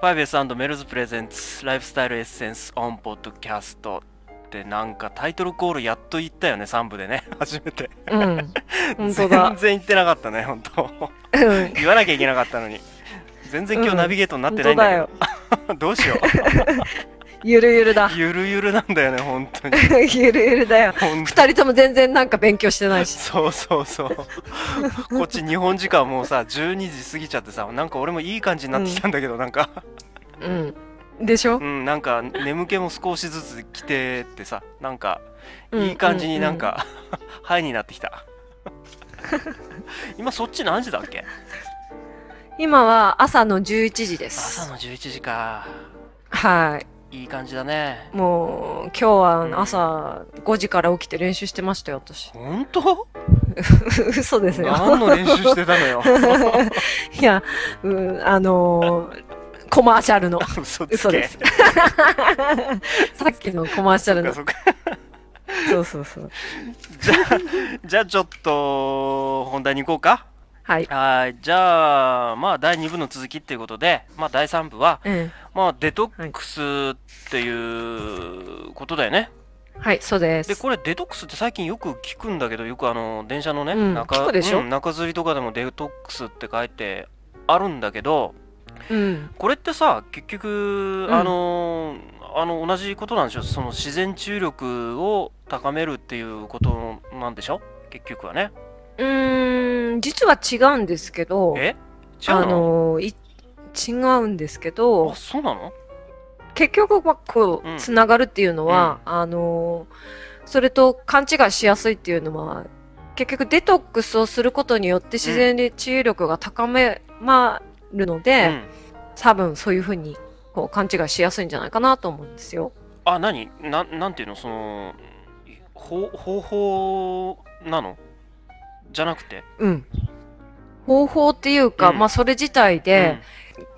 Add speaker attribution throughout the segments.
Speaker 1: ファイベスメルズプレゼンツライフスタイルエッセンスオンポッドキャストってなんかタイトルコールやっと言ったよね3部でね 初めて
Speaker 2: うん。本当
Speaker 1: 全
Speaker 2: だ。
Speaker 1: 然言ってなかったね本当
Speaker 2: うん
Speaker 1: 言わなきゃいけなかったのに全然今日ナビゲートになってないんだけど、どうしよ
Speaker 2: ゆるゆるだ
Speaker 1: う。ゆるゆるなんだよね本当に
Speaker 2: ゆるゆるだよ。
Speaker 1: 本当
Speaker 2: 二人とも全然なんか勉強してないし。
Speaker 1: そうそうそうこっち日本時間もうさ12時過ぎちゃってさなんか俺もいい感じになってきたんだけど、なんか
Speaker 2: うん。でしょ
Speaker 1: う、んなんか眠気も少しずつ来てってさなんか
Speaker 2: うん
Speaker 1: いい感じになん。か、 ハイになってきた今そっち何時だっけ
Speaker 2: うんうん今は朝の11時で
Speaker 1: 朝
Speaker 2: す。
Speaker 1: の11時か
Speaker 2: はい
Speaker 1: い感じだね。
Speaker 2: い。もう、今日は朝5時から起きて練習してましたよ、私
Speaker 1: 本当
Speaker 2: 嘘ですよ。
Speaker 1: 何の練習してたのよ
Speaker 2: いや、うん、あのーコマーシ ャルの。
Speaker 1: 嘘つ
Speaker 2: 嘘
Speaker 1: け
Speaker 2: です。さっきのコマーシャル
Speaker 1: そっかそ
Speaker 2: の。
Speaker 1: っか
Speaker 2: そうそうそう。
Speaker 1: じゃあじゃあちょっと本題に行こうか
Speaker 2: はい。
Speaker 1: はいじゃあまあ第2部の続きっていうことでまあ第3部は
Speaker 2: うん。
Speaker 1: まあデトックスっていうことだよね、
Speaker 2: はい、そうです。
Speaker 1: でこれデトックスって最近よく聞くんだけどよくあの電車のね、
Speaker 2: うん
Speaker 1: 中
Speaker 2: 聞くでしょ
Speaker 1: うん中吊りとかでもデトックスって書いてあるんだけど
Speaker 2: うん。
Speaker 1: これってさ結局、
Speaker 2: うん
Speaker 1: あのあの同じことなんでしょその自然注力を高めるっていうことなんでしょ結局はね
Speaker 2: うーん、実は違うんですけど、
Speaker 1: え違うの
Speaker 2: あのい違うんですけど
Speaker 1: あ、そうなの
Speaker 2: 結局はこ
Speaker 1: うん
Speaker 2: う、つながるっていうのは、あの、それと勘違いしやすいっていうのは、結局デトックスをすることによって自然に治癒力が高めまるので、
Speaker 1: うん、
Speaker 2: 多分そういうふうにこう勘違いしやすいんじゃないかなと思うんですよ。
Speaker 1: あ何ななんていうのその方方法なのじゃなくて
Speaker 2: うん。方法っていうか、
Speaker 1: うん
Speaker 2: まあそれ自体で、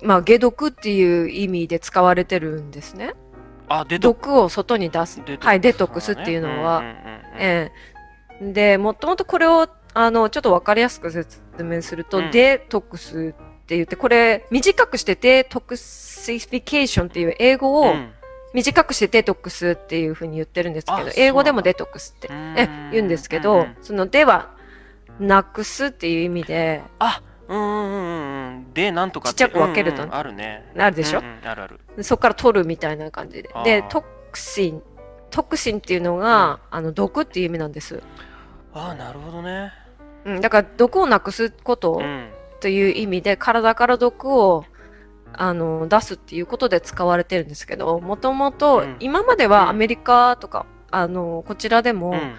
Speaker 2: まあ解毒っていう意味で使われてるんですね。
Speaker 1: うん、あデトック
Speaker 2: 毒を外に出す。
Speaker 1: デトックス
Speaker 2: はい、デトックスっていうのは、
Speaker 1: んうんうんうん
Speaker 2: ええで、もともとこれを、あの、ちょっとわかりやすく説明すると、
Speaker 1: うん
Speaker 2: デトックスって言って、これ短くしてデトックシフィケーションっていう英語を
Speaker 1: うん
Speaker 2: 短くしてデトックスっていうふうに言ってるんですけ
Speaker 1: あそう
Speaker 2: ど
Speaker 1: な、んだ
Speaker 2: 英語でもデトックスって
Speaker 1: う
Speaker 2: え
Speaker 1: ーん
Speaker 2: 言うんですけ
Speaker 1: うんう
Speaker 2: ど
Speaker 1: ん、
Speaker 2: そのではなくすっていう意味で、
Speaker 1: あうんうんうんうんでなんとかて
Speaker 2: ちっちゃく分けると
Speaker 1: うんうんあるね
Speaker 2: あるでしょ
Speaker 1: うんうんあるある
Speaker 2: そこから取るみたいな感じで
Speaker 1: あ。ー
Speaker 2: で、トクシン。トクシンっていうのが、あの、毒っていう意味なんです。
Speaker 1: あなるほどね
Speaker 2: うん。だから、毒をなくすこと
Speaker 1: うん
Speaker 2: という意味で、体から毒を、あの、出すっていうことで使われてるんですけど、もとも
Speaker 1: う
Speaker 2: と
Speaker 1: ん、
Speaker 2: 今まで
Speaker 1: うん
Speaker 2: はアメリカとか、あの、こちらでも、
Speaker 1: うん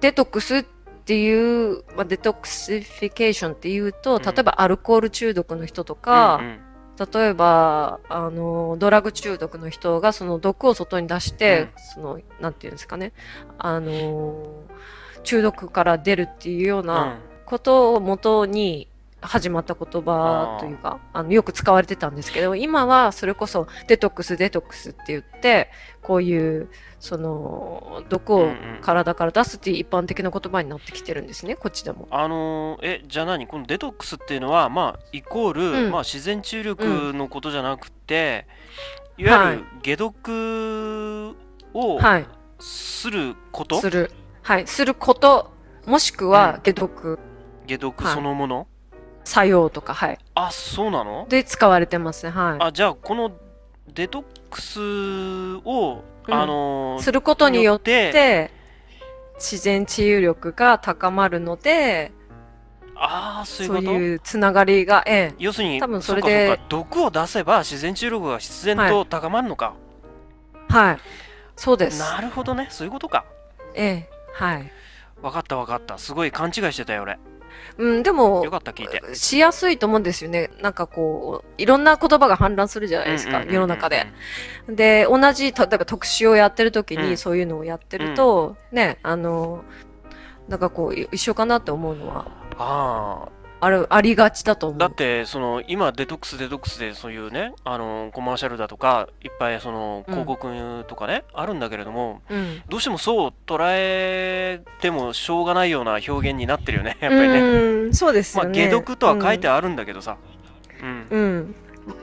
Speaker 2: デトックスっていう、まあ、デトックシフィケーションっていうと、
Speaker 1: うん
Speaker 2: 例えばアルコール中毒の人とか、
Speaker 1: うんうん
Speaker 2: 例えばあのドラッグ中毒の人がその毒を外に出して、そのなんていうんですかねあの中毒から出るっていうようなことを元に始まった言葉というかあのよく使われてたんですけど今はそれこそデトックスデトックスって言ってこういうその毒
Speaker 1: うん
Speaker 2: を
Speaker 1: うん
Speaker 2: 体から出すっていう一般的な言葉になってきてるんですねこっちでも。
Speaker 1: あのーえじゃあ何このデトックスっていうのはまあイコール、
Speaker 2: うん
Speaker 1: まあ、自然治癒力のことじゃなくて、いわゆる解毒を
Speaker 2: はい
Speaker 1: すること、
Speaker 2: する、はい、することもしく
Speaker 1: う
Speaker 2: は
Speaker 1: ん
Speaker 2: 解毒
Speaker 1: 解毒
Speaker 2: はい
Speaker 1: そのもの、
Speaker 2: 作用とか、はい。
Speaker 1: あそうなの
Speaker 2: で使われてますね、は
Speaker 1: あじゃあこのデトックスを、
Speaker 2: うん
Speaker 1: あのー
Speaker 2: い。することによっ
Speaker 1: によって
Speaker 2: て、自然治癒力が高まるので、
Speaker 1: ああそういう
Speaker 2: そ
Speaker 1: こ
Speaker 2: う
Speaker 1: と
Speaker 2: いうつながりが、ええ、
Speaker 1: 要するに
Speaker 2: 多分それで
Speaker 1: うかそうか毒を出せば自然治癒力が必然と高まるのか、
Speaker 2: はい。そうです。
Speaker 1: なるほどねそういうことか
Speaker 2: ええ、はい。
Speaker 1: 分かった分かったすごい勘違いしてたよ俺
Speaker 2: うん、で
Speaker 1: よ
Speaker 2: も、
Speaker 1: かった聞いて
Speaker 2: しやすいと思うんですよね。なんかこう、いろんな言葉が氾濫するじゃないです
Speaker 1: うん
Speaker 2: か、
Speaker 1: うんうんうん
Speaker 2: 世の中で。で、同じ、例えば特集をやってる時
Speaker 1: う
Speaker 2: に
Speaker 1: ん
Speaker 2: そういうのをやってると、ね、あの、なんかこう、一緒かなって思うのは、
Speaker 1: ああ
Speaker 2: あるありがちだと思
Speaker 1: だっ
Speaker 2: う。
Speaker 1: てその今デトックスデトックスでそういうねあのコマーシャルだとかいっぱいその
Speaker 2: うん
Speaker 1: 広告とかね、あるんだけれども
Speaker 2: うん、
Speaker 1: どうしてもそう捉えてもしょうがないような表現になってるよ ねやっぱりね、
Speaker 2: うん、そうです
Speaker 1: ま
Speaker 2: よ
Speaker 1: あ
Speaker 2: ね。
Speaker 1: 解読とは書いてあるんだけどさ、うん
Speaker 2: うん、うん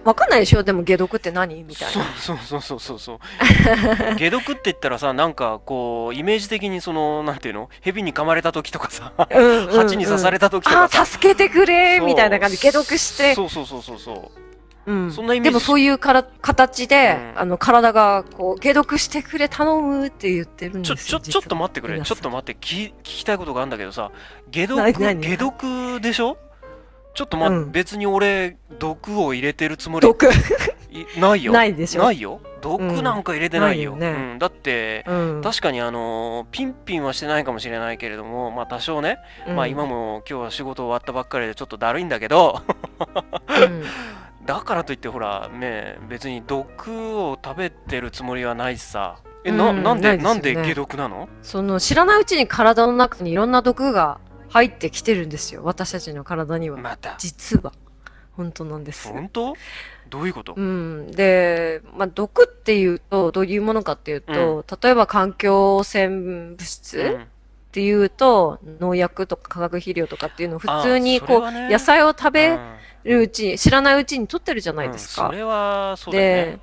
Speaker 2: わかんないでしょでも解読って何みたい
Speaker 1: そ
Speaker 2: な。
Speaker 1: うそうそうそうそうそう解読って言ったらさなんかこうイメージ的にそのなんていうの蛇に噛まれた時とかさ
Speaker 2: うんうんうん
Speaker 1: 蜂に刺された時とか
Speaker 2: あ
Speaker 1: さ、
Speaker 2: ー助けてくれみたいな感じ
Speaker 1: そ
Speaker 2: 解
Speaker 1: う
Speaker 2: 読して、
Speaker 1: そうそうそうそうそう
Speaker 2: うん、
Speaker 1: そんなイメージ
Speaker 2: でもそういうから形で、
Speaker 1: うん
Speaker 2: あの体がこう解読してくれ頼むって言ってるんです
Speaker 1: ちょ
Speaker 2: よ
Speaker 1: ちょちょっと待ってくれ
Speaker 2: 皆
Speaker 1: ち
Speaker 2: さ
Speaker 1: ょ
Speaker 2: ん
Speaker 1: っと待って聞聞きたいことがあるんだけどさ解
Speaker 2: な
Speaker 1: 読
Speaker 2: 何何
Speaker 1: 解読でしょちょっと待って、
Speaker 2: うん
Speaker 1: 別に俺毒を入れてるつもり
Speaker 2: 毒
Speaker 1: いないよ
Speaker 2: ないでしょ
Speaker 1: ないよ毒なんか入れてないよ,、
Speaker 2: う
Speaker 1: うんん
Speaker 2: ないよね
Speaker 1: だって
Speaker 2: うん
Speaker 1: 確かにあのーピンピンはしてないかもしれないけれどもまあ多少ね、まあ今、も今日は仕事終わったばっかりでちょっとだるいんだけど
Speaker 2: うん
Speaker 1: だからといってほらね別に毒を食べてるつもりはないしさえな,、
Speaker 2: うん
Speaker 1: なん
Speaker 2: な
Speaker 1: で
Speaker 2: いです
Speaker 1: な
Speaker 2: よね
Speaker 1: んで解毒なの
Speaker 2: その知らないうちに体の中にいろんな毒が入ってきてるんですよ私たちの体には、
Speaker 1: また
Speaker 2: 実は本当なんです
Speaker 1: 本当どういうこと
Speaker 2: うん、で、まあ、毒っていうとどういうものかっていうと、例えば環境汚染物質、
Speaker 1: うん
Speaker 2: っていうと農薬とか化学肥料とかっていうのを普通に
Speaker 1: あーそれ
Speaker 2: こ
Speaker 1: は
Speaker 2: う、
Speaker 1: ね
Speaker 2: 野菜を食
Speaker 1: う
Speaker 2: べ
Speaker 1: ん
Speaker 2: るうちに知らないうちに取ってるじゃないです
Speaker 1: うん
Speaker 2: か
Speaker 1: そ。れはそうだよね、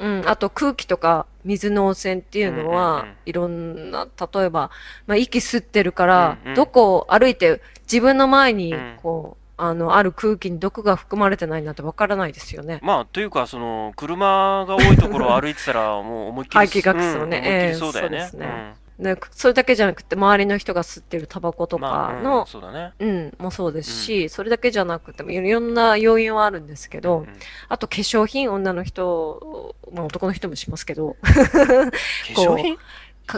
Speaker 1: うん
Speaker 2: うん、あと空気とか水の汚染っていうのは、
Speaker 1: うんうんうん
Speaker 2: いろんな例えば、まあ、息吸ってるから、
Speaker 1: うんうん
Speaker 2: どこを歩いて自分の前に
Speaker 1: うん
Speaker 2: こう、あのある空気に毒が含まれてないなんてわからないですよね。
Speaker 1: まあというかその車が多いところを歩いてたら もう思いっきり
Speaker 2: 排気ガスをね
Speaker 1: うん思いっき
Speaker 2: ええ
Speaker 1: りそうだよね,、
Speaker 2: そうですねでそれだけじゃなくて周りの人が吸ってるタバコと
Speaker 1: うんまあ
Speaker 2: か
Speaker 1: う
Speaker 2: の
Speaker 1: ん、そうだね
Speaker 2: うん、もそうですし、それだけじゃなくてもいろんな要因はあるんですけど、
Speaker 1: うんうん化
Speaker 2: あと化粧品、女の人、まあ男の人もしますけど、
Speaker 1: 粧品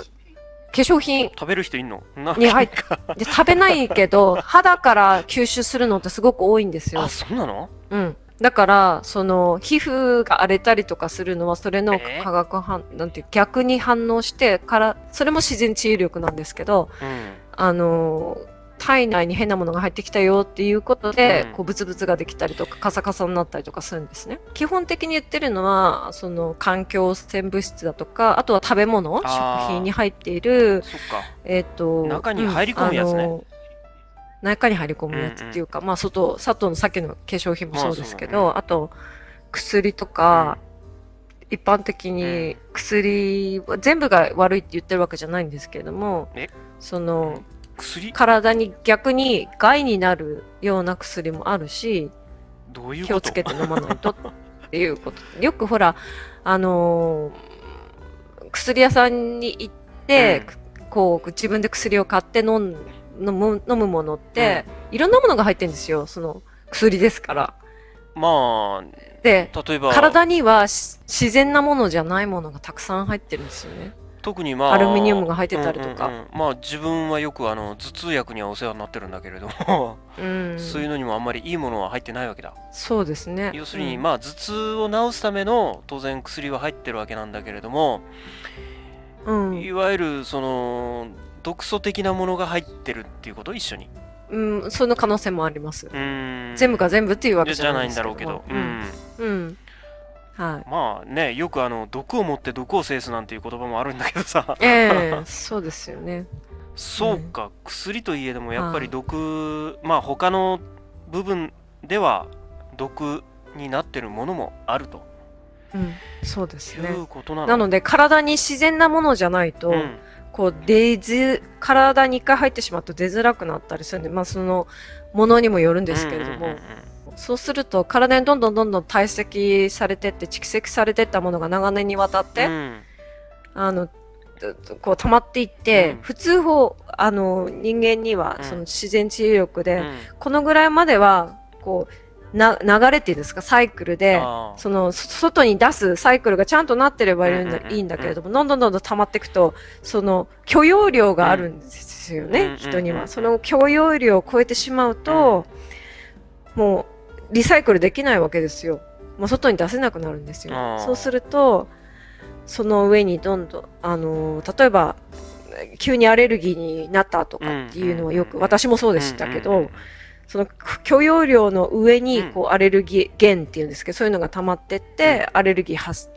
Speaker 2: 化粧品
Speaker 1: 食べる人いんのなんか
Speaker 2: に入っで食べないけど、肌から吸収するのってすごく多いんですよ
Speaker 1: あ。そうなの
Speaker 2: うん。だから、その、皮膚が荒れたりとかするのは、それの
Speaker 1: えー
Speaker 2: 化学反、なんていう、逆に反応してから、それも自然治癒力なんですけど、
Speaker 1: うん
Speaker 2: あのー体内に変なものが入ってきたよっていうことで、
Speaker 1: うん
Speaker 2: こうブツブツができたりとかカサカサになったりとかするんですね。基本的に言ってるのはその環境汚染物質だとかあとは食べ物食
Speaker 1: あー
Speaker 2: 品に入っている、
Speaker 1: そっか
Speaker 2: えっと
Speaker 1: 中に入り込むやつね
Speaker 2: うんあのー中に入り込むやつっていうか、まあ外砂糖のさっきの化粧品もそうですけど、
Speaker 1: ま
Speaker 2: あと薬とか、一般的
Speaker 1: う
Speaker 2: に
Speaker 1: ん
Speaker 2: 薬は全部が悪いって言ってるわけじゃないんですけれども
Speaker 1: え
Speaker 2: そうの
Speaker 1: ん薬
Speaker 2: 体に逆に害になるような薬もあるし
Speaker 1: どういう
Speaker 2: 気
Speaker 1: こ
Speaker 2: を
Speaker 1: と
Speaker 2: つけて飲まないとっていうことよくほらあのー薬屋さんに行って、こう自分で薬を買って飲ん飲む飲むものって、いろんなものが入ってるんですよその薬ですから。
Speaker 1: ま
Speaker 2: で
Speaker 1: あ例えば
Speaker 2: 体にはし自然なものじゃないものがたくさん入ってるんですよね。
Speaker 1: 特にまあ
Speaker 2: アルミニウムが入ってたりとか
Speaker 1: うんうんうんまあ自分はよくあの頭痛薬にはお世話になってるんだけれども、
Speaker 2: うん、
Speaker 1: そういうのにもあんまりいいものは入ってないわけだ
Speaker 2: そうですね。
Speaker 1: 要するに、
Speaker 2: うん
Speaker 1: まあ頭痛を治すための当然薬は入ってるわけなんだけれども、
Speaker 2: うん
Speaker 1: いわゆるその毒素的なものが入ってるっていうこと一緒に
Speaker 2: うん、その可能性もあります。
Speaker 1: うん
Speaker 2: 全部が全部っていうわ
Speaker 1: じ
Speaker 2: け
Speaker 1: ゃ
Speaker 2: じ
Speaker 1: じゃ
Speaker 2: ゃ
Speaker 1: な
Speaker 2: ない
Speaker 1: い
Speaker 2: で
Speaker 1: ん
Speaker 2: す
Speaker 1: だろうけど、
Speaker 2: うん、うん、はい。
Speaker 1: まあねよくあの毒を持って毒を制すなんていう言葉もあるんだけどさ
Speaker 2: ええそうですよね。
Speaker 1: そうか、薬といえどもやっぱ
Speaker 2: はい
Speaker 1: り毒まあ他の部分では毒になってるものもあると
Speaker 2: うん、そうです
Speaker 1: い
Speaker 2: ね。
Speaker 1: うことなの
Speaker 2: なので体に自然なものじゃないと、
Speaker 1: うん
Speaker 2: こう出づ体に一回入ってしまうと出づらくなったりするんで、まあそのものにもよるんですけれども、
Speaker 1: うんうんうんうん
Speaker 2: そうすると体にどんどんどんどん堆積されてって蓄積されてったものが長年にわたって、
Speaker 1: うん
Speaker 2: あのずっとこう溜まっていって、
Speaker 1: うん
Speaker 2: 普通こうあの人間には
Speaker 1: うん
Speaker 2: その自然治癒力で、
Speaker 1: うん
Speaker 2: このぐらいまではこうな流れっていうんですかサイクルで
Speaker 1: あー
Speaker 2: そのそ外に出すサイクルがちゃんとなってればいい
Speaker 1: う
Speaker 2: んだ,、
Speaker 1: んうんうん
Speaker 2: いいんだけれどもどんどんどんどん溜まっていくとその許容量があるんですよね、
Speaker 1: うんうんうんうん
Speaker 2: 人には。その許容量を超えてしまうと、もうリサイクルできないわけですよ。もう外に出せなくなるんですよ
Speaker 1: あ。ー
Speaker 2: そうするとその上にどんどん、あのー例えば急にアレルギーになったとかっていうのはよく、
Speaker 1: うんうんうんうん
Speaker 2: 私もそうでしたけど、
Speaker 1: うんうんうん
Speaker 2: その許容量の上に
Speaker 1: うん
Speaker 2: こう、アレルギー源っていうんですけどそういうのが溜まってって、アレルギー発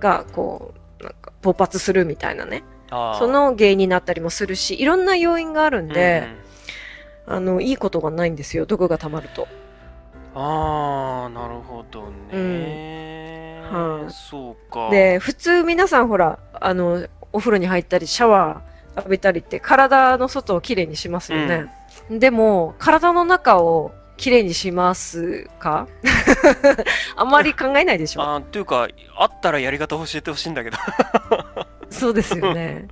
Speaker 2: がこうなんか勃発するみたいなね
Speaker 1: あー
Speaker 2: その原因になったりもするしいろんな要因があるん
Speaker 1: うん
Speaker 2: で
Speaker 1: う、ん
Speaker 2: あのいいことがないんですよ毒が溜まると。
Speaker 1: ああなるほどね、
Speaker 2: うんはい
Speaker 1: そうか
Speaker 2: で普通皆さんほらあのお風呂に入ったりシャワー浴びたりって体の外をきれいにしますよね、でも体の中をきれいにしますか あまり考えないでしょ
Speaker 1: あーっていうかあったらやり方教えてほしいんだけど
Speaker 2: そうですよね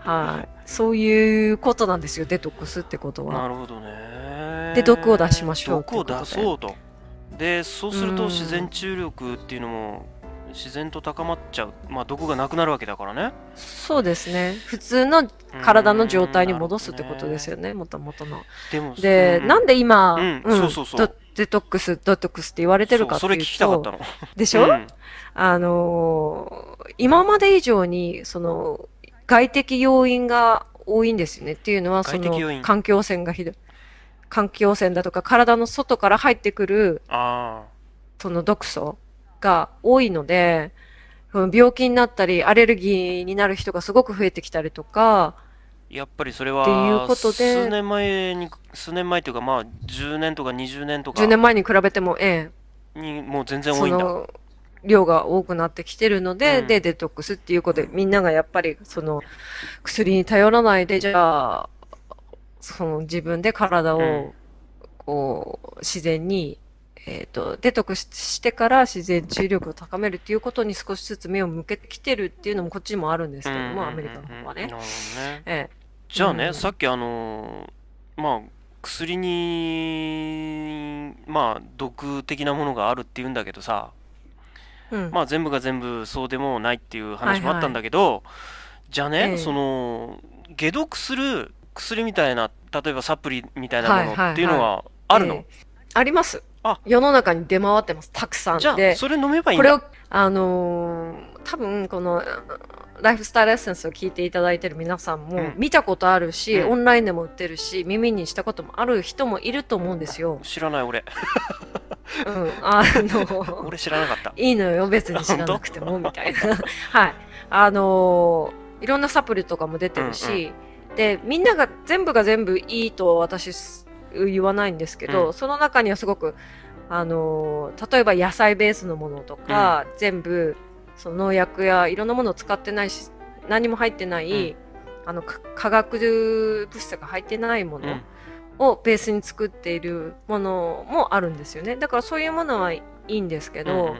Speaker 2: はいそういうことなんですよデトックスってこと
Speaker 1: な
Speaker 2: は
Speaker 1: るほどね
Speaker 2: で毒を出しましょう
Speaker 1: 毒を出
Speaker 2: という
Speaker 1: そうとでそうする
Speaker 2: う
Speaker 1: と
Speaker 2: ん
Speaker 1: 自然治癒力っていうのも自然と高まっちゃうまあ毒がなくなるわけだからね
Speaker 2: そうですね普通の体の状態に戻すってことですよねもともとの
Speaker 1: でも
Speaker 2: で、なん
Speaker 1: で
Speaker 2: で今、
Speaker 1: うんそうそうそう
Speaker 2: ドデトックスデトックスって言われてるかって
Speaker 1: そ
Speaker 2: いううと
Speaker 1: それ聞きたかったの
Speaker 2: でしょ、
Speaker 1: うん
Speaker 2: あのー今まで以上にその外的要因が多いんですよねっていうのはそ
Speaker 1: 外的要因
Speaker 2: の環境汚染がひどい環境汚染だとか体の外から入ってくる
Speaker 1: あ
Speaker 2: その毒素が多いのでその病気になったりアレルギーになる人がすごく増えてきたりとか
Speaker 1: ーやっぱりそれ
Speaker 2: ってい
Speaker 1: は
Speaker 2: うことで
Speaker 1: 数年前に数年前というかまあ10年とか20年とか
Speaker 2: 10年前に比べても、え
Speaker 1: にもう全
Speaker 2: え、
Speaker 1: 然多
Speaker 2: そ
Speaker 1: いんだ
Speaker 2: の量が多くなってきてるので、
Speaker 1: うん
Speaker 2: でデトックスっていうことでみんながやっぱりその薬に頼らないでじゃあその自分で体
Speaker 1: うん
Speaker 2: をこう自然に、えー、とデトックスしてから自然治癒力を高めるっていうことに少しずつ目を向けてきてるっていうのもこっちにもあるんですけども、アメリカの方は
Speaker 1: うん
Speaker 2: ね
Speaker 1: な。るほどね
Speaker 2: え
Speaker 1: じゃあね、
Speaker 2: うん
Speaker 1: さっきあのーまあ薬にまあ毒的なものがあるって言うんだけどさ、
Speaker 2: えうん
Speaker 1: まあ全部が全部そうでもないっていう
Speaker 2: はいは
Speaker 1: 話
Speaker 2: い
Speaker 1: もあったんだけど、じゃあね、
Speaker 2: ええ
Speaker 1: その解毒する薬みたいな、例えばサプリみたいなもの
Speaker 2: はいはいはい
Speaker 1: っていうのはあるの？
Speaker 2: ええあります
Speaker 1: あ。
Speaker 2: 世の中に出回ってます。たくさん
Speaker 1: じゃあ
Speaker 2: で。
Speaker 1: それ飲めばいいん
Speaker 2: これ
Speaker 1: だ。
Speaker 2: を、あのー多分このライフスタイルエッセンスを聞いていただいてる皆さん
Speaker 1: う
Speaker 2: も
Speaker 1: ん
Speaker 2: 見たことあるし、
Speaker 1: うん
Speaker 2: オンラインでも売ってるし耳にしたこともある人もいると思うんですよ。
Speaker 1: 知らない俺。
Speaker 2: うん、あ の
Speaker 1: 俺知らなかった。
Speaker 2: いいのよ別に知らなくてもみたいな。 はいあのーいろんなサプリとかも出てるし、でみんなが全部が全部いいとは私す言わないんですけど、
Speaker 1: う
Speaker 2: その中にはすごくあのー例えば野菜ベースのものとか、全部その農薬やいろんなものを使ってないし何も入ってない、
Speaker 1: う
Speaker 2: あのか化学物質が入ってないも
Speaker 1: うん
Speaker 2: のをベースに作っているものもあるんですよねだからそういうものはいいんですけど、
Speaker 1: うんうん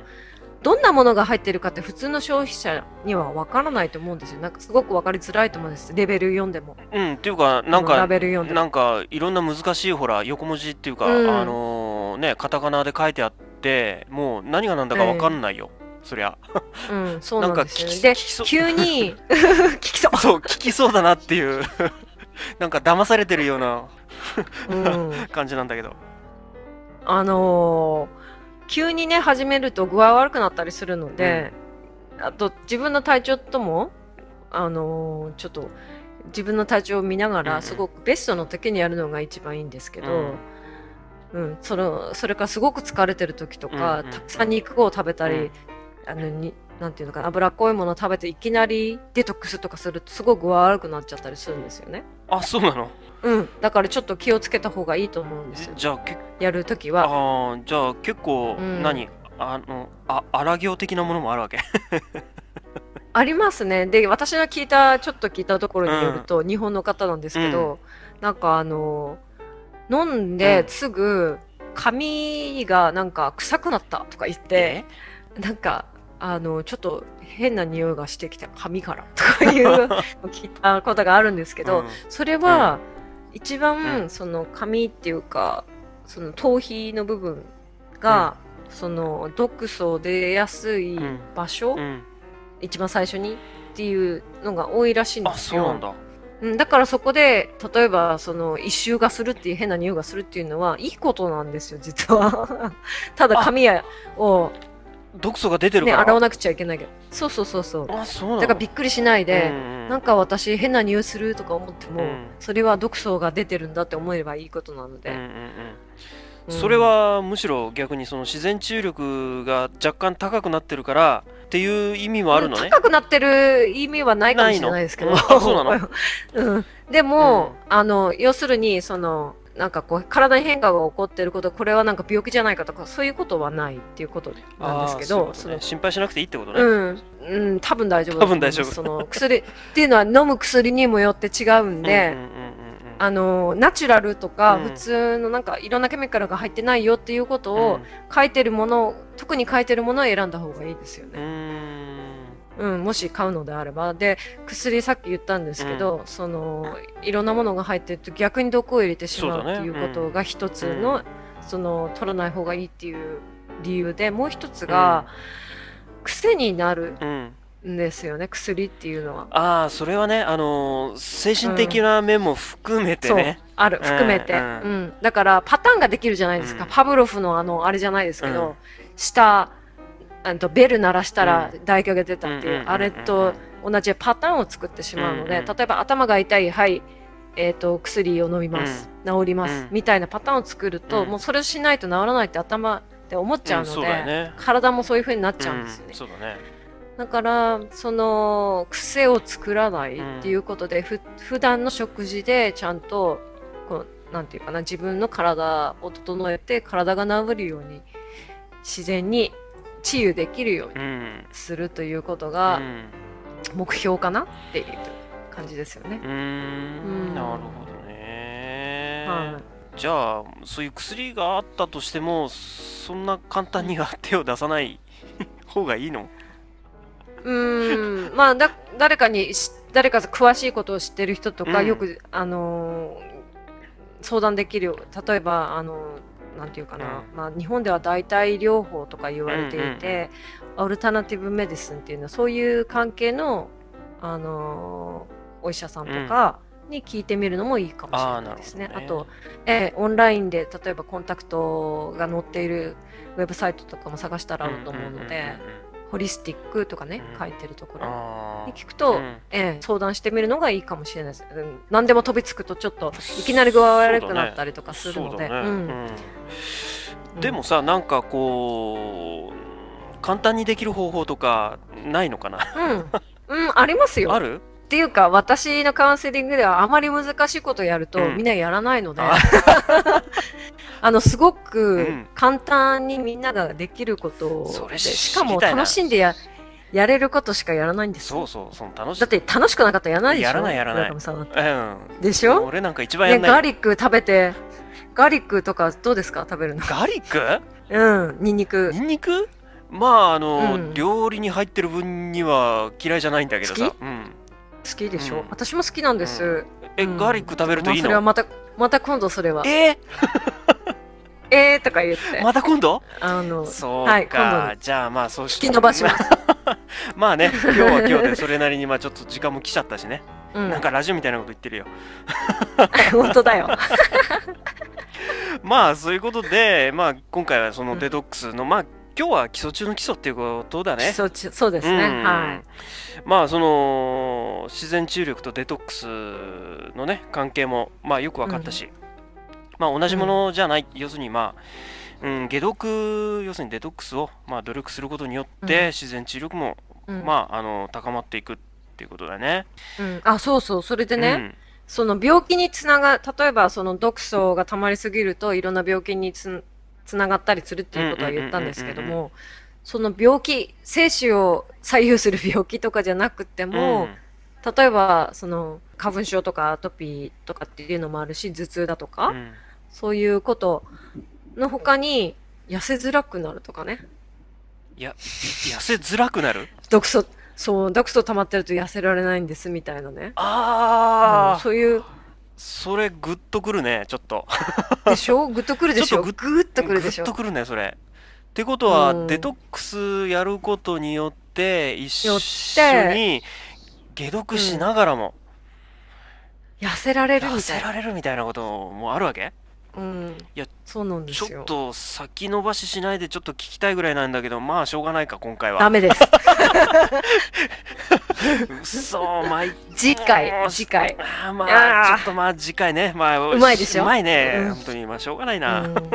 Speaker 2: どんなものが入ってるかって普通の消費者には分からないと思うんですよなんかすごく分かりづらいと思うんですレベル4でも
Speaker 1: うん、っていうかなん
Speaker 2: あの
Speaker 1: か
Speaker 2: ラベル4でも
Speaker 1: なんかいろんな難しいほら横文字っていうか、
Speaker 2: うん
Speaker 1: あのねカタカナで書いてあってもう何が何だかわかんないよ、そりゃ
Speaker 2: うん、そうなんですよね。
Speaker 1: なんか聞き聞
Speaker 2: で
Speaker 1: きそう、
Speaker 2: 急に、 聞きそ
Speaker 1: そう聞きそうだなっていう なんか騙されてるような
Speaker 2: う。うん、
Speaker 1: 感じなんだけど
Speaker 2: あのー急にね、始めると具合悪くなったりするので、あと自分の体調とも、あのーちょっと、自分の体調を見なが
Speaker 1: うんう
Speaker 2: ら、
Speaker 1: ん
Speaker 2: すごくベストの時にやるのが一番いいんですけど、
Speaker 1: う
Speaker 2: うんん、その、それからすごく疲れてる時とか、
Speaker 1: うんうん
Speaker 2: たくさん肉を食べたり、
Speaker 1: うん
Speaker 2: あのになんていうのかな脂っこいものを食べていきなりデトックスとかするとすごく具合悪くなっちゃったりするんですよね。
Speaker 1: あそうなの
Speaker 2: うん、だからちょっと気をつけた方がいいと思うんです
Speaker 1: じ
Speaker 2: よ。
Speaker 1: じゃあけ
Speaker 2: やるとき
Speaker 1: あ
Speaker 2: は。
Speaker 1: ーじゃあ結構、
Speaker 2: うん
Speaker 1: 何あのあ荒行的なものもあるわけ
Speaker 2: ありますね。で、私の聞いた、ちょっと聞いたところによると、日本の方なんですけど、なんかあの、飲ん
Speaker 1: う
Speaker 2: で
Speaker 1: ん
Speaker 2: すぐ、髪がなんか臭くなったとか言って、なんか、あの、ちょっと変な匂いがしてきた、髪からとかい うのを聞いたことがあるんですけ
Speaker 1: え
Speaker 2: ど、
Speaker 1: うん
Speaker 2: それは一
Speaker 1: う
Speaker 2: 番その髪っていうかその頭皮の部分がその毒素を出やすい
Speaker 1: うん
Speaker 2: 場所
Speaker 1: うん
Speaker 2: 一番最初にっていうのが多いらしいんで
Speaker 1: あ
Speaker 2: す
Speaker 1: そうな
Speaker 2: よ
Speaker 1: ん。だ
Speaker 2: うんだからそこで例えばその一臭がするっていう変な匂いがするっていうのはいいことなんですよ実は。 ただ髪やを
Speaker 1: 毒素が出てる
Speaker 2: ね
Speaker 1: から、
Speaker 2: 洗わなくちゃいけないけどそうそうそうそう。
Speaker 1: あそうなの
Speaker 2: だからびっくりしないで。
Speaker 1: うんうん
Speaker 2: なんか私変な匂いするとか思っても、
Speaker 1: うん
Speaker 2: それは毒素が出てるんだって思えばいいことなの
Speaker 1: うんう
Speaker 2: で、
Speaker 1: んうん
Speaker 2: うん
Speaker 1: それはむしろ逆にその自然治癒力が若干高くなってるからっていう意味もあるのね。
Speaker 2: 高くなってる意味はないかもしれないですけど。
Speaker 1: ない のうんあそうな
Speaker 2: うんでも、あの、要するに、その、なんかこう、体に変化が起こってること、これはなんか病気じゃないかとか、そういうことはないっていうことなんですけ
Speaker 1: あー
Speaker 2: ど、そ
Speaker 1: そういうことね
Speaker 2: の、
Speaker 1: 心配しなくていいってことね。
Speaker 2: うん、うん、多分大丈夫だと思い
Speaker 1: 多分
Speaker 2: ます
Speaker 1: 大丈夫
Speaker 2: その薬っていうのは飲む薬にもよって違うんで、
Speaker 1: うんうんうんうんうん
Speaker 2: あのナチュラルとか
Speaker 1: うん
Speaker 2: 普通のなんかいろんなケミカルが入ってないよっていうこと
Speaker 1: う
Speaker 2: を
Speaker 1: ん
Speaker 2: 書いてるもの、特に書いてるものを選んだ方がいいですよ
Speaker 1: う
Speaker 2: ね、
Speaker 1: ーん
Speaker 2: うん、もし買うのであればで薬さっき言ったんですけど、そのいろんなものが入ってると逆に毒を入れてしまう
Speaker 1: そうだね
Speaker 2: っていうことが一つ
Speaker 1: う
Speaker 2: の,、
Speaker 1: ん
Speaker 2: その取らない方がいいっていう理由でもう一つが、癖になる
Speaker 1: うん、
Speaker 2: んですよね薬っていうのは。
Speaker 1: ああそれはね、あのー精神的な面も含めてね、
Speaker 2: ある含めて、
Speaker 1: う
Speaker 2: うんん
Speaker 1: う
Speaker 2: だからパターンができるじゃないですか、
Speaker 1: うん
Speaker 2: パブロフのあのあれじゃないですけ
Speaker 1: うん
Speaker 2: ど、下あとベル鳴らしたら唾液が出たって
Speaker 1: うんう
Speaker 2: いう、
Speaker 1: んうんうん
Speaker 2: あれと同じパターンを作ってしまうので、
Speaker 1: うんうん
Speaker 2: 例えば頭が痛いはい、えー、と薬を飲みます、治ります、
Speaker 1: うん
Speaker 2: みたいなパターンを作ると、
Speaker 1: うん
Speaker 2: もうそれをしないと治らないって頭って思っちゃうので、
Speaker 1: んそうだよね。
Speaker 2: 体もそういう風になっちゃうんですよね。
Speaker 1: そうだね。
Speaker 2: だからその癖を作らないっていうことで、ふ普段の食事でちゃんとこうなんていうかな自分の体を整えて体が治るように自然に治癒できるように
Speaker 1: うん。
Speaker 2: するということ
Speaker 1: う
Speaker 2: が
Speaker 1: ん
Speaker 2: 目標かなっていう感じですよね。
Speaker 1: うーん
Speaker 2: ん
Speaker 1: なるほどね、
Speaker 2: は
Speaker 1: じゃあそういう薬があったとしてもそんな簡単には手を出さない 方がいいの
Speaker 2: い、うーんまあだ誰かにし誰か詳しいことを知ってる人とか、
Speaker 1: うん
Speaker 2: よくあのー相談できる例えばあのーなんていうかな、まあ、日本では代替療法とか言われていて、オルタナティブメディスンっていうのはそういう関係の、あのーお医者さんとかに聞いてみるのもいいかもしれ
Speaker 1: ああー
Speaker 2: な
Speaker 1: ないるほ
Speaker 2: です
Speaker 1: ど
Speaker 2: ね。
Speaker 1: ね
Speaker 2: あと、えーオンラインで例えばコンタクトが載っているウェブサイトとかも探したらあると思うので、
Speaker 1: んんんうん
Speaker 2: ホリスティックとかね、
Speaker 1: うん
Speaker 2: 書いてるところ
Speaker 1: あ
Speaker 2: に
Speaker 1: ー
Speaker 2: 聞く
Speaker 1: う
Speaker 2: と、
Speaker 1: ん
Speaker 2: ええ相談してみるのがいいかもしれないです。うん何でも飛びつくとちょっといきなり具合悪くなったりとかするので。
Speaker 1: そうだね
Speaker 2: うん
Speaker 1: うんでもさなんかこう簡単にできる方法とかないのかな
Speaker 2: うん、うん、ありますよ。
Speaker 1: あ
Speaker 2: っ
Speaker 1: る
Speaker 2: ていうか、私のカウンセリングではあまり難しいことやると、
Speaker 1: うん
Speaker 2: みんなやらないので、
Speaker 1: あ
Speaker 2: あの、すご
Speaker 1: う
Speaker 2: く
Speaker 1: ん
Speaker 2: 簡単にみんなができることを
Speaker 1: それ
Speaker 2: で、
Speaker 1: 知り
Speaker 2: しかも
Speaker 1: たいな
Speaker 2: 楽しんでややれることしかやらないんです
Speaker 1: そ
Speaker 2: よ
Speaker 1: う。そうその楽しい
Speaker 2: だって楽しくなかったらやらないでしょ
Speaker 1: やらないやらない
Speaker 2: 村上さんは
Speaker 1: うん
Speaker 2: でしょ
Speaker 1: 俺なんか一番や
Speaker 2: ね、
Speaker 1: んな
Speaker 2: ガ
Speaker 1: い、
Speaker 2: ーリック食べて、ガーリックとかどうですか食べるの。
Speaker 1: ガーリッ
Speaker 2: うん、ニンニク
Speaker 1: クニ。ンニクまああの、
Speaker 2: うん
Speaker 1: 料理に入ってる分には嫌いじゃないんだけどさ
Speaker 2: 好、
Speaker 1: うん、
Speaker 2: 好きでしょ、
Speaker 1: うん
Speaker 2: 私も好きなんです。
Speaker 1: うえ、
Speaker 2: うん
Speaker 1: ガーリック食べるといい
Speaker 2: まあそれは
Speaker 1: の、
Speaker 2: また、また今度それは。
Speaker 1: え
Speaker 2: えーとか言って。
Speaker 1: また今度
Speaker 2: あの、
Speaker 1: そうか、
Speaker 2: はい今度
Speaker 1: じゃあまあそうし
Speaker 2: 引き伸ばします。
Speaker 1: まあね今日は今日でそれなりにまあちょっと時間も来ちゃったしね、
Speaker 2: うん
Speaker 1: なん、かラジオみたいなこと言ってるよ
Speaker 2: 本当だよ。
Speaker 1: まあそういうことでまあ今回はその
Speaker 2: うん
Speaker 1: デトックスの、まあ今日は基礎中の基礎っていうことだね
Speaker 2: そうちそうですね。
Speaker 1: うん
Speaker 2: は
Speaker 1: まあその自然治癒力とデトックスのね関係もまあよく分かったし、まあ同じものじゃない、要するにまあ、うん、解毒要するにデトックスをまあ努力することによっ
Speaker 2: うん
Speaker 1: て自然治癒力も、
Speaker 2: い。うん、
Speaker 1: まああの高まっていくっていうことだね。
Speaker 2: うんあ、そうそう。それでね、
Speaker 1: うん
Speaker 2: その病気につなが、例えばその毒素が溜まりすぎるといろんな病気につつながったりするっていうことは言ったんですけど
Speaker 1: うんうんうん
Speaker 2: も、その病気、生死を左右する病気とかじゃなくても、例えばその花粉症とかアトピーとかっていうのもあるし頭痛だとか、
Speaker 1: うん
Speaker 2: そういうことの他に痩せづらくなるとかね
Speaker 1: いや痩せづらくな る
Speaker 2: 毒素そう毒素溜まってると痩せられないんですみたいなね
Speaker 1: あ
Speaker 2: うん
Speaker 1: あ、
Speaker 2: そういう
Speaker 1: それグッとくるねちょっと
Speaker 2: でし ょグッとくるでしょ
Speaker 1: ちょ
Speaker 2: グ
Speaker 1: っ
Speaker 2: ッとくるでし
Speaker 1: グッと
Speaker 2: ょ
Speaker 1: くるねそれってことは、
Speaker 2: うん
Speaker 1: デトックスやることによって一
Speaker 2: よ
Speaker 1: 緒
Speaker 2: って
Speaker 1: に解毒しながらも、
Speaker 2: 痩せられる
Speaker 1: 痩
Speaker 2: み
Speaker 1: せ
Speaker 2: たいな
Speaker 1: られるみたいなこともあるわけ
Speaker 2: うん、
Speaker 1: いや
Speaker 2: そうなんです
Speaker 1: ちょ
Speaker 2: よ
Speaker 1: っ。と先延ばししないでちょっと聞きたいぐらいなんだけどまあしょうがないか今回
Speaker 2: ダ
Speaker 1: は
Speaker 2: メです。
Speaker 1: う そ毎
Speaker 2: 次
Speaker 1: もう
Speaker 2: 回、次回。
Speaker 1: あーま
Speaker 2: あ
Speaker 1: あ
Speaker 2: ー
Speaker 1: ちょっとまあ次回ねまあ
Speaker 2: うまいでしょ
Speaker 1: うまいね、
Speaker 2: うん
Speaker 1: 本当にまあしょうがないうな、
Speaker 2: ん、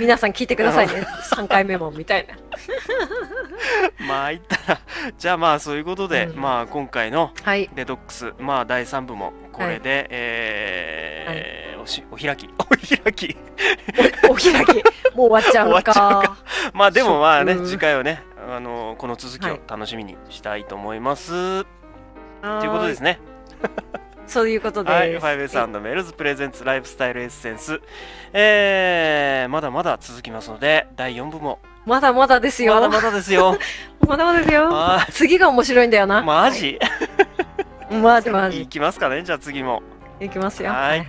Speaker 2: 皆さん聞いてくださいね。3回目もみたいな。
Speaker 1: まあいったらじゃあまあそういうことで、
Speaker 2: うん
Speaker 1: まあ今回の
Speaker 2: はい。
Speaker 1: デトックスまあ第3部もこれで、えーおしお開き お開き
Speaker 2: おお開き。もう終わっちゃうの
Speaker 1: 終わっち
Speaker 2: か。
Speaker 1: まあでもまあね
Speaker 2: ショック
Speaker 1: 次回はねあのこの続き
Speaker 2: は
Speaker 1: を
Speaker 2: い
Speaker 1: 楽しみにしたいと思います、
Speaker 2: はーい
Speaker 1: ということですね
Speaker 2: そういうことです。
Speaker 1: はい、ファイブさんのメルズプレゼンツライフスタイルエッセンス、えー、まだまだ続きますので第4部も
Speaker 2: まだまだですよ。
Speaker 1: まだまだです よ
Speaker 2: まだまだですよ。
Speaker 1: あ
Speaker 2: 次が面白いんだよな。
Speaker 1: ーマジ
Speaker 2: マジ マ
Speaker 1: い
Speaker 2: ジ。
Speaker 1: きますかねじゃあ次も
Speaker 2: いきますよ。
Speaker 1: はい
Speaker 2: はい。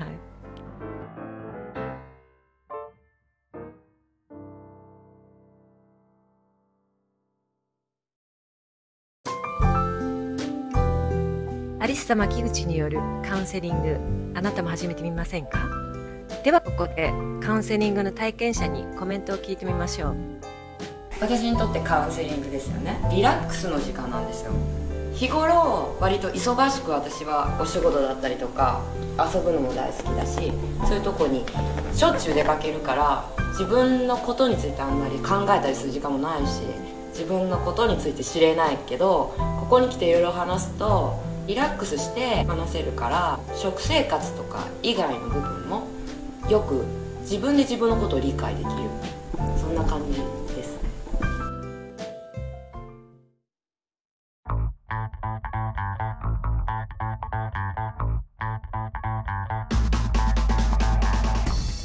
Speaker 2: アリスタ牧口によるカウンセリングあなたも始めてみませんかではここでカウンセリングの体験者にコメントを聞いてみましょう
Speaker 3: 私にとってカウンセリングですよねリラックスの時間なんですよ日頃割と忙しく私はお仕事だったりとか遊ぶのも大好きだしそういうとこにしょっちゅう出かけるから自分のことについてあんまり考えたりする時間もないし自分のことについて知れないけどここに来ていろいろ話すとリラックスして話せるから食生活とか以外の部分もよく自分で自分のことを理解できるそんな感じですね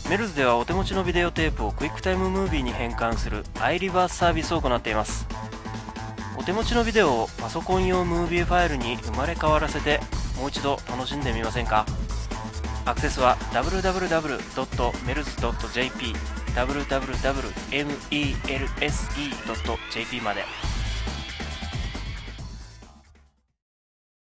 Speaker 1: メルズではお手持ちのビデオテープをクイックタイムムービーに変換するアイリバースサービスを行っていますお手持ちのビデオをパソコン用ムービーファイルに生まれ変わらせてもう一度楽しんでみませんかアクセスは www.mels.jp www.melse.jp まで